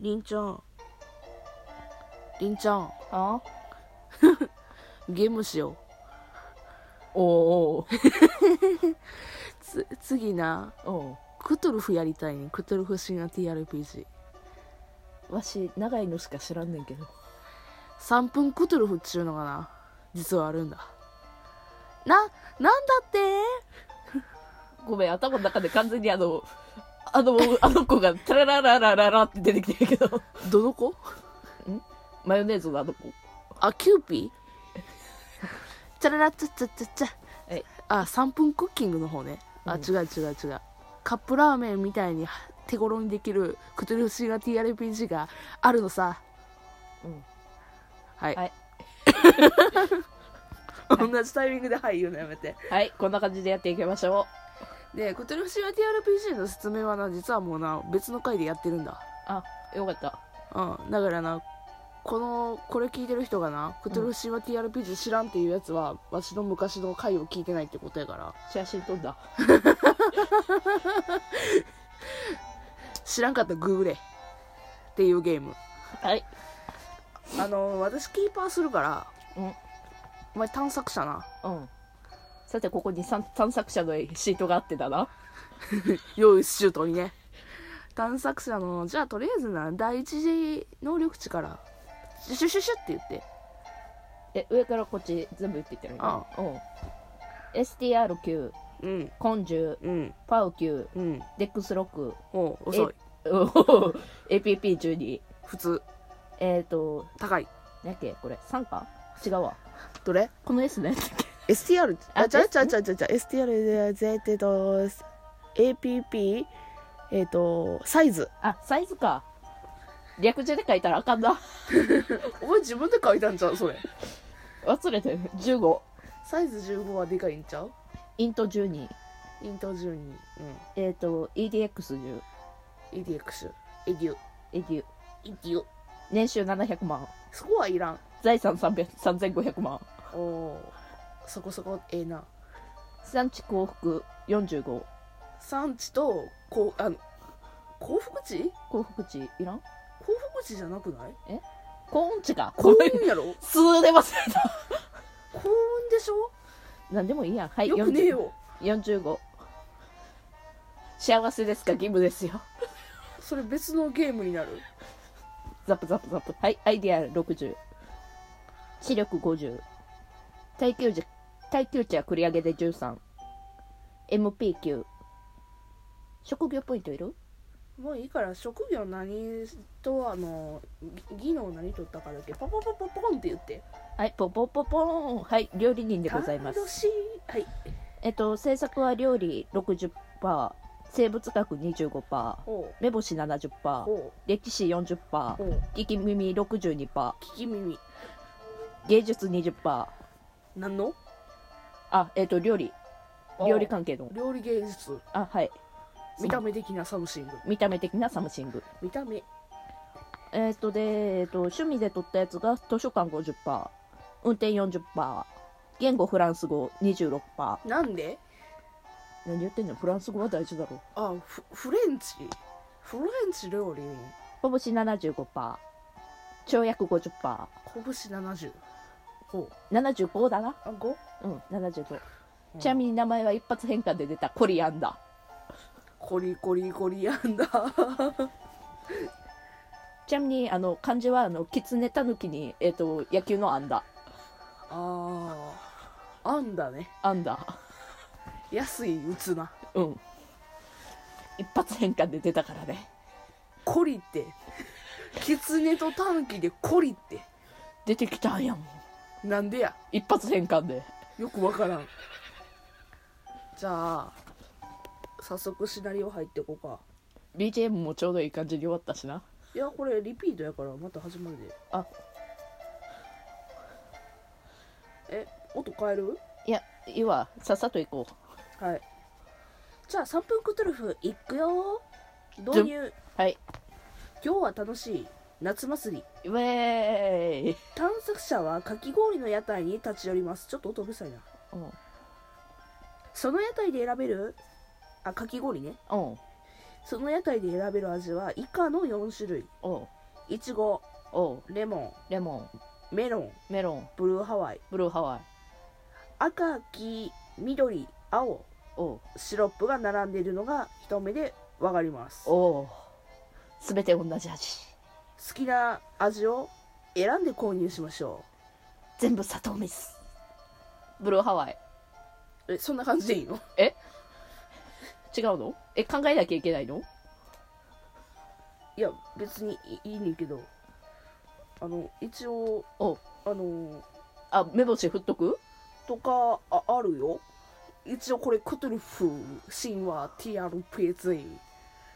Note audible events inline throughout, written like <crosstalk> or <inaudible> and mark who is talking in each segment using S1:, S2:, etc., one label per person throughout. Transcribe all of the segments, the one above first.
S1: りんちゃんりんちゃん
S2: あ
S1: ゲームしよ
S2: おうおう
S1: うつ次な
S2: お
S1: クトゥルフやりたいねんクトゥルフ深夜 TRPG
S2: うわし長いのしか知らんねんけど
S1: 3分クトゥルフっちゅうのがな実はあるんだななんだって
S2: ごめん頭の中で完全にあのあのあの子がタララララララって出てきてるけど
S1: どの子
S2: マヨネーズのあの子
S1: あキュー <laughs> ピーチャララチャチャチャチャ
S2: はい
S1: あ3分クッキングの方ねあ、
S2: うん
S1: 違う違う違うカップラーメンみたいに手頃にできるクトゥルフ深夜 TRPG があるのさ
S2: うん
S1: はい、
S2: はい
S1: <laughs> 同じタイミングで「はい」言うのやめて
S2: はいこんな感じでやっていきましょう
S1: でクトゥルフ深夜 TRPG の説明はな実はもうな別の回でやってるんだ
S2: あよかった
S1: うん、だからなこのこれ聞いてる人がな「クトゥルフ神話 TRPG 知らん」っていうやつは、わしの昔の回を聞いてないってことやから
S2: 写真撮んだ
S1: 知らんかったらググれっていうゲーム
S2: はい
S1: あの私キーパーするから
S2: うん
S1: お前探索者な
S2: うんさてここに探探索者のシートがあってだな
S1: 用意周到にね探索者のじゃあとりあえずな第一次能力値からシュシュシュシュって言って
S2: え上からこっち全部言っていってる
S1: あ
S2: うん STR9
S1: うん
S2: コンジュ
S1: うん
S2: パウ9
S1: うん
S2: デックス6
S1: おう遅い
S2: <laughs> APP12
S1: 普通
S2: えっ、ー、と
S1: 高い
S2: 何やっけこれ3か違うわ
S1: どれ
S2: この S ね
S1: STR あ
S2: あ
S1: ちゃう
S2: S
S1: ちゃうちゃうちゃうちゃう STR でえっと APP えっ、とサイズ
S2: あサイズか略字で書いたらあかんな
S1: お前自分で書いたんちゃうそれ
S2: 忘れてる15
S1: サイズ15はでかいんちゃう
S2: イント12
S1: イント12うん
S2: えっ、ー、と EDX10
S1: EDX エデュ
S2: エデュ
S1: エデュ
S2: 年収700万
S1: そこはいらん
S2: 財産300 3500万
S1: おおーそこそこええな
S2: 産地幸福45
S1: 産地とこうあの幸福地
S2: 幸福地いらん
S1: 幸福地じゃなくない
S2: 幸運地か
S1: 幸
S2: ごめん
S1: 運やろ
S2: 数で忘れた
S1: 幸運でしょ
S2: 何でもいいやんはい
S1: よくねえよ
S2: 40 45幸せですか義務ですよ
S1: それ別のゲームになる
S2: ザップザップザップ。はい、アイディア60。視力50。耐久値、耐久値は繰り上げで13。MP9。職業ポイントいる
S1: もういいから職業何とあのぎ技能何取ったからだっけパパパパポンって言って
S2: はい、ポポポポーン。はい、料理人でございま
S1: 楽
S2: す。
S1: しいはい
S2: えっと、制作は料理60%、生物学25%、
S1: おう
S2: 目星70%、
S1: おう
S2: 歴史40%
S1: お、う
S2: 聞き耳62%、
S1: 聞き耳
S2: 芸術20%。
S1: 何の
S2: あ、えっと、料理。
S1: お
S2: 料理関係の。
S1: 料理芸術
S2: あ、はい。
S1: 見た目的なサムシング
S2: 見た目的なサムシング。
S1: 見た目
S2: えっ、とで、えっと趣味で取ったやつが図書館50%運転40%言語フランス語26%
S1: な
S2: 何
S1: んで
S2: 言ってんのフランス語は大事だろ
S1: あフフレンチフレンチ料理
S2: ほぼし75%跳躍50%
S1: 拳70ほう
S2: 75だな
S1: あ5
S2: うん75、
S1: うん
S2: ちなみに名前は一発変換で出たコリアンダ
S1: コリコリコリアンダー <laughs>
S2: ーちなみにあの漢字はあのキツネタヌキに、えっと野球のアンダ
S1: あーあんだね
S2: アンダ
S1: 安い打つな
S2: うん一発変換で出たからね
S1: コリってキツネとタヌキでコリって
S2: 出てきたんやもん
S1: なんでや
S2: 一発変換で
S1: よくわからんじゃあ早速シナリオ入ってこうか
S2: BGM もちょうどいい感じに終わったしない
S1: やこれリピートやからまた始まるで
S2: あ
S1: え音変える
S2: いや、いいわ。さっさと行こう。
S1: はいじゃあ3分クトゥルフいくよ導入
S2: はい。
S1: 今日は楽しい夏祭り
S2: ウェーイ、
S1: 探索者はかき氷の屋台に立ち寄りますちょっと音うるさいな
S2: うん、
S1: その屋台で選べるあかき氷ね
S2: うん。
S1: その屋台で選べる味は以下の4種類
S2: おう
S1: いちご
S2: おう
S1: レモ
S2: レモ
S1: ンメロン
S2: ンメロン
S1: ブルーハワイ
S2: ブルーハワイ
S1: 赤黄緑青
S2: おう
S1: シロップが並んでいるのが一目でわかります好
S2: おう全て同じ味
S1: きな味を選んで購入しましょ
S2: 全部砂糖水ブルーハワイ
S1: うえそんな感じでいいの
S2: 違うのえ考えなきゃいけないの
S1: いや別にいいいねんけどあの一応
S2: おう
S1: あの
S2: あ目星振っとく
S1: とかああるよ一応これクトゥルフ神話 TRPG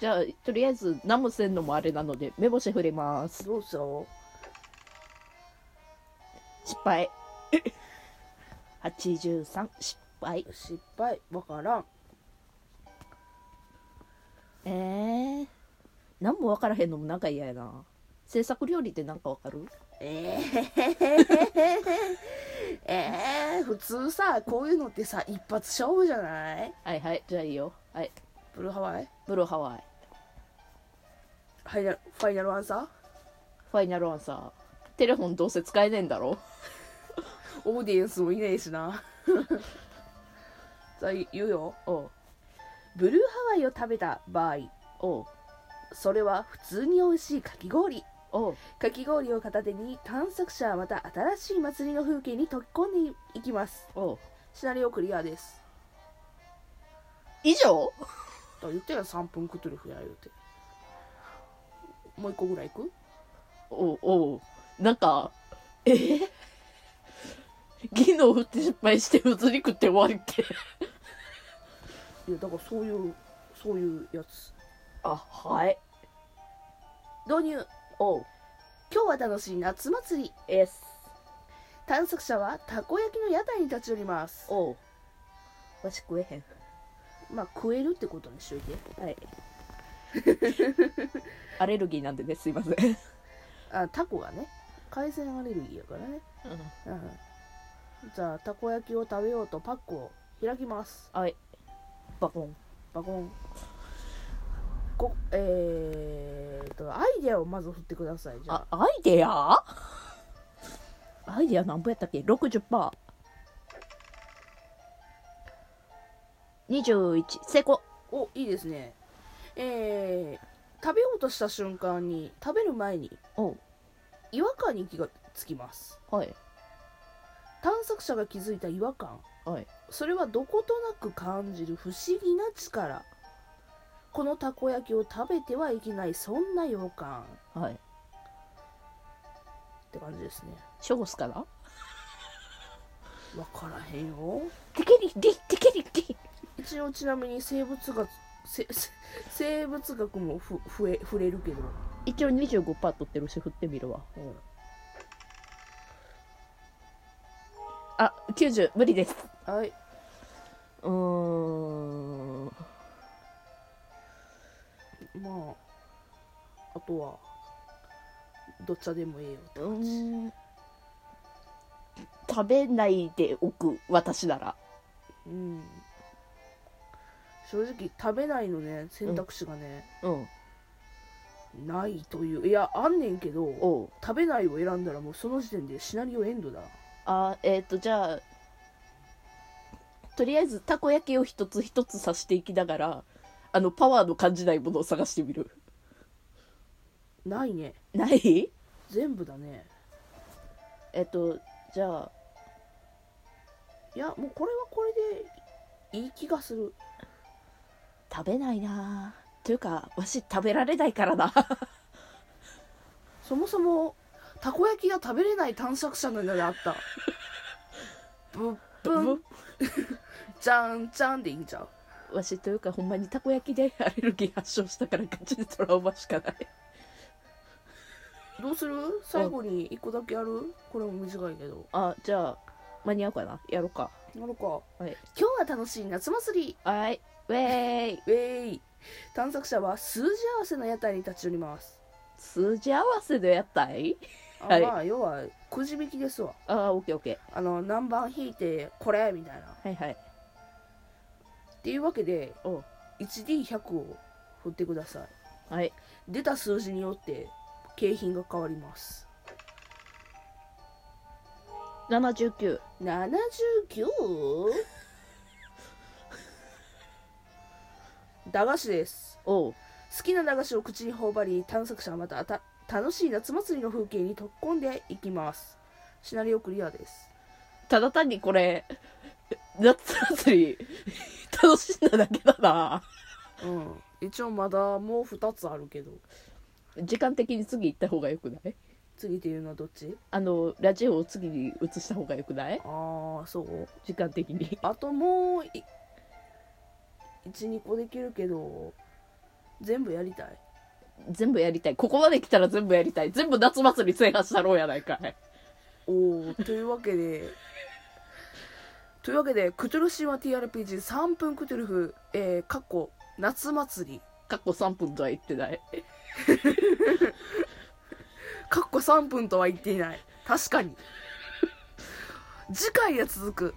S2: じゃあとりあえず何もせんのもあれなので目星振ります
S1: どうぞ
S2: 失敗83失敗
S1: 失敗わからん
S2: えー、何も分からへんのもなんか嫌やな制作料理ってなんか分かる
S1: えー、えー、普通さこういうのってさ一発勝負じゃない
S2: はいはいじゃあいいよはい
S1: ブルーハワイ
S2: ブルーハワイ
S1: ファイナルファイナルアンサ
S2: ファイナルアンサーテレフォンどうせ使えねえんだろ
S1: ーオーディエンスもいないしな <laughs> さあ言うよ
S2: おう
S1: ブルーハワイを食べた場合
S2: おう
S1: それは普通に美味しいかき氷
S2: おう
S1: かき氷を片手に探索者はまた新しい祭りの風景に溶け込んでいきます
S2: おう
S1: シナリオクリアです
S2: 以上
S1: だから言ったやん3分クトゥルフや言うてもう一個ぐらいいく
S2: おうおうなんかえー、技能振って失敗してうずり食って終わりって
S1: いやだからそういうそういうやつ
S2: あはい
S1: 導入
S2: おう
S1: 今日は楽しい夏祭り
S2: エス
S1: 探索者はたこ焼きの屋台に立ち寄ります
S2: おうわし食えへん
S1: まあ食えるってことにしといて
S2: はいアレルギーなんでねすいません、
S1: あタコがね海鮮アレルギーやからね、うん、じゃあたこ焼きを食べようとパックを開きます
S2: はいバコン
S1: バコンこえー、とアイデアをまず振ってくださいじゃあ
S2: あアイデア <laughs> アイデア何ぼやったっけ 60%21 成功
S1: おいいですねえー、食べようとした瞬間に食べる前に
S2: おう
S1: 違和感に気がつきます
S2: はい
S1: 探索者が気づいた違和感
S2: はい
S1: それはどことなく感じる不思議な力このたこ焼きを食べてはいけないそんな予感
S2: はい
S1: って感じですね
S2: ショゴスかな
S1: 分からへんよ
S2: テケリリテケリリ
S1: 一応ちなみに生物学せせ生物学もふふえ触れるけど、
S2: 一応25%取ってるし振ってみるわ
S1: うん
S2: あ90無理です
S1: はい、
S2: うーん
S1: まあ、あとは、どっちでもええよ。
S2: うーん食べないでおく私なら
S1: うん。正直、食べないのね、選択肢がね、
S2: うん
S1: ないという。いや、あんねんけど、
S2: おう
S1: 食べないを選んだらもうその時点でシナリオエンドだ。
S2: あえっ、とじゃあとりあえずたこ焼きを一つ一つ刺していきながらあのパワーの感じないものを探してみる
S1: ないね。
S2: ない
S1: 全部だね。
S2: えっ、とじゃあ
S1: いや、もうこれはこれでいい気がする。
S2: 食べないなというかわし食べられないからな
S1: そもそも、たこ焼きが食べれない探索者のようであ <laughs> った。ぶっぷん、じゃんじゃんでいいんちゃう
S2: <laughs> わしというかほんまにたこ焼きでアレルギー発症したからガチでトラウマしかない
S1: どうする最後に1個だけやるこれも短いけど
S2: あじゃあ間に合うかなやろうか
S1: なるか、はい今日は楽しい夏祭り
S2: はーいウェーイ
S1: ウェイ探索者は数字合わせの屋台に立ち寄ります
S2: 数字合わせでやったい
S1: あ、
S2: はい
S1: まあ要はくじ引きですわ
S2: ああオッケーオッケ
S1: あの何番引いてこれみたいな
S2: ーはいはい
S1: っていうわけで
S2: おう
S1: 1D100 を振ってください
S2: はい
S1: 出た数字によって景品が変わります
S2: 79
S1: 79? 駄菓子です
S2: おう
S1: 好きな駄菓子を口に頬張り探索者はまたあた楽しい夏祭りの風景に溶っ込んでいきますシナリオクリアです
S2: ただ単にこれ夏祭り楽しんだだけだな
S1: うん一応まだもう2つあるけど
S2: 時間的に次行った方がよくない
S1: 次っていうのはどっち
S2: あのラジオを次に移した方がよくない
S1: ああそう
S2: 時間的に
S1: あともう12個できるけど全部やりたい
S2: 全部やりたいここまで来たら全部やりたい全部夏祭り制覇したろうやないかい
S1: おおというわけでというわけでクトゥルフ神話 TRPG3 分クトゥルフえー、かっこ夏祭り
S2: かっこ3分とは言ってない
S1: かっこ3分とは言っていない確かに次回へ続く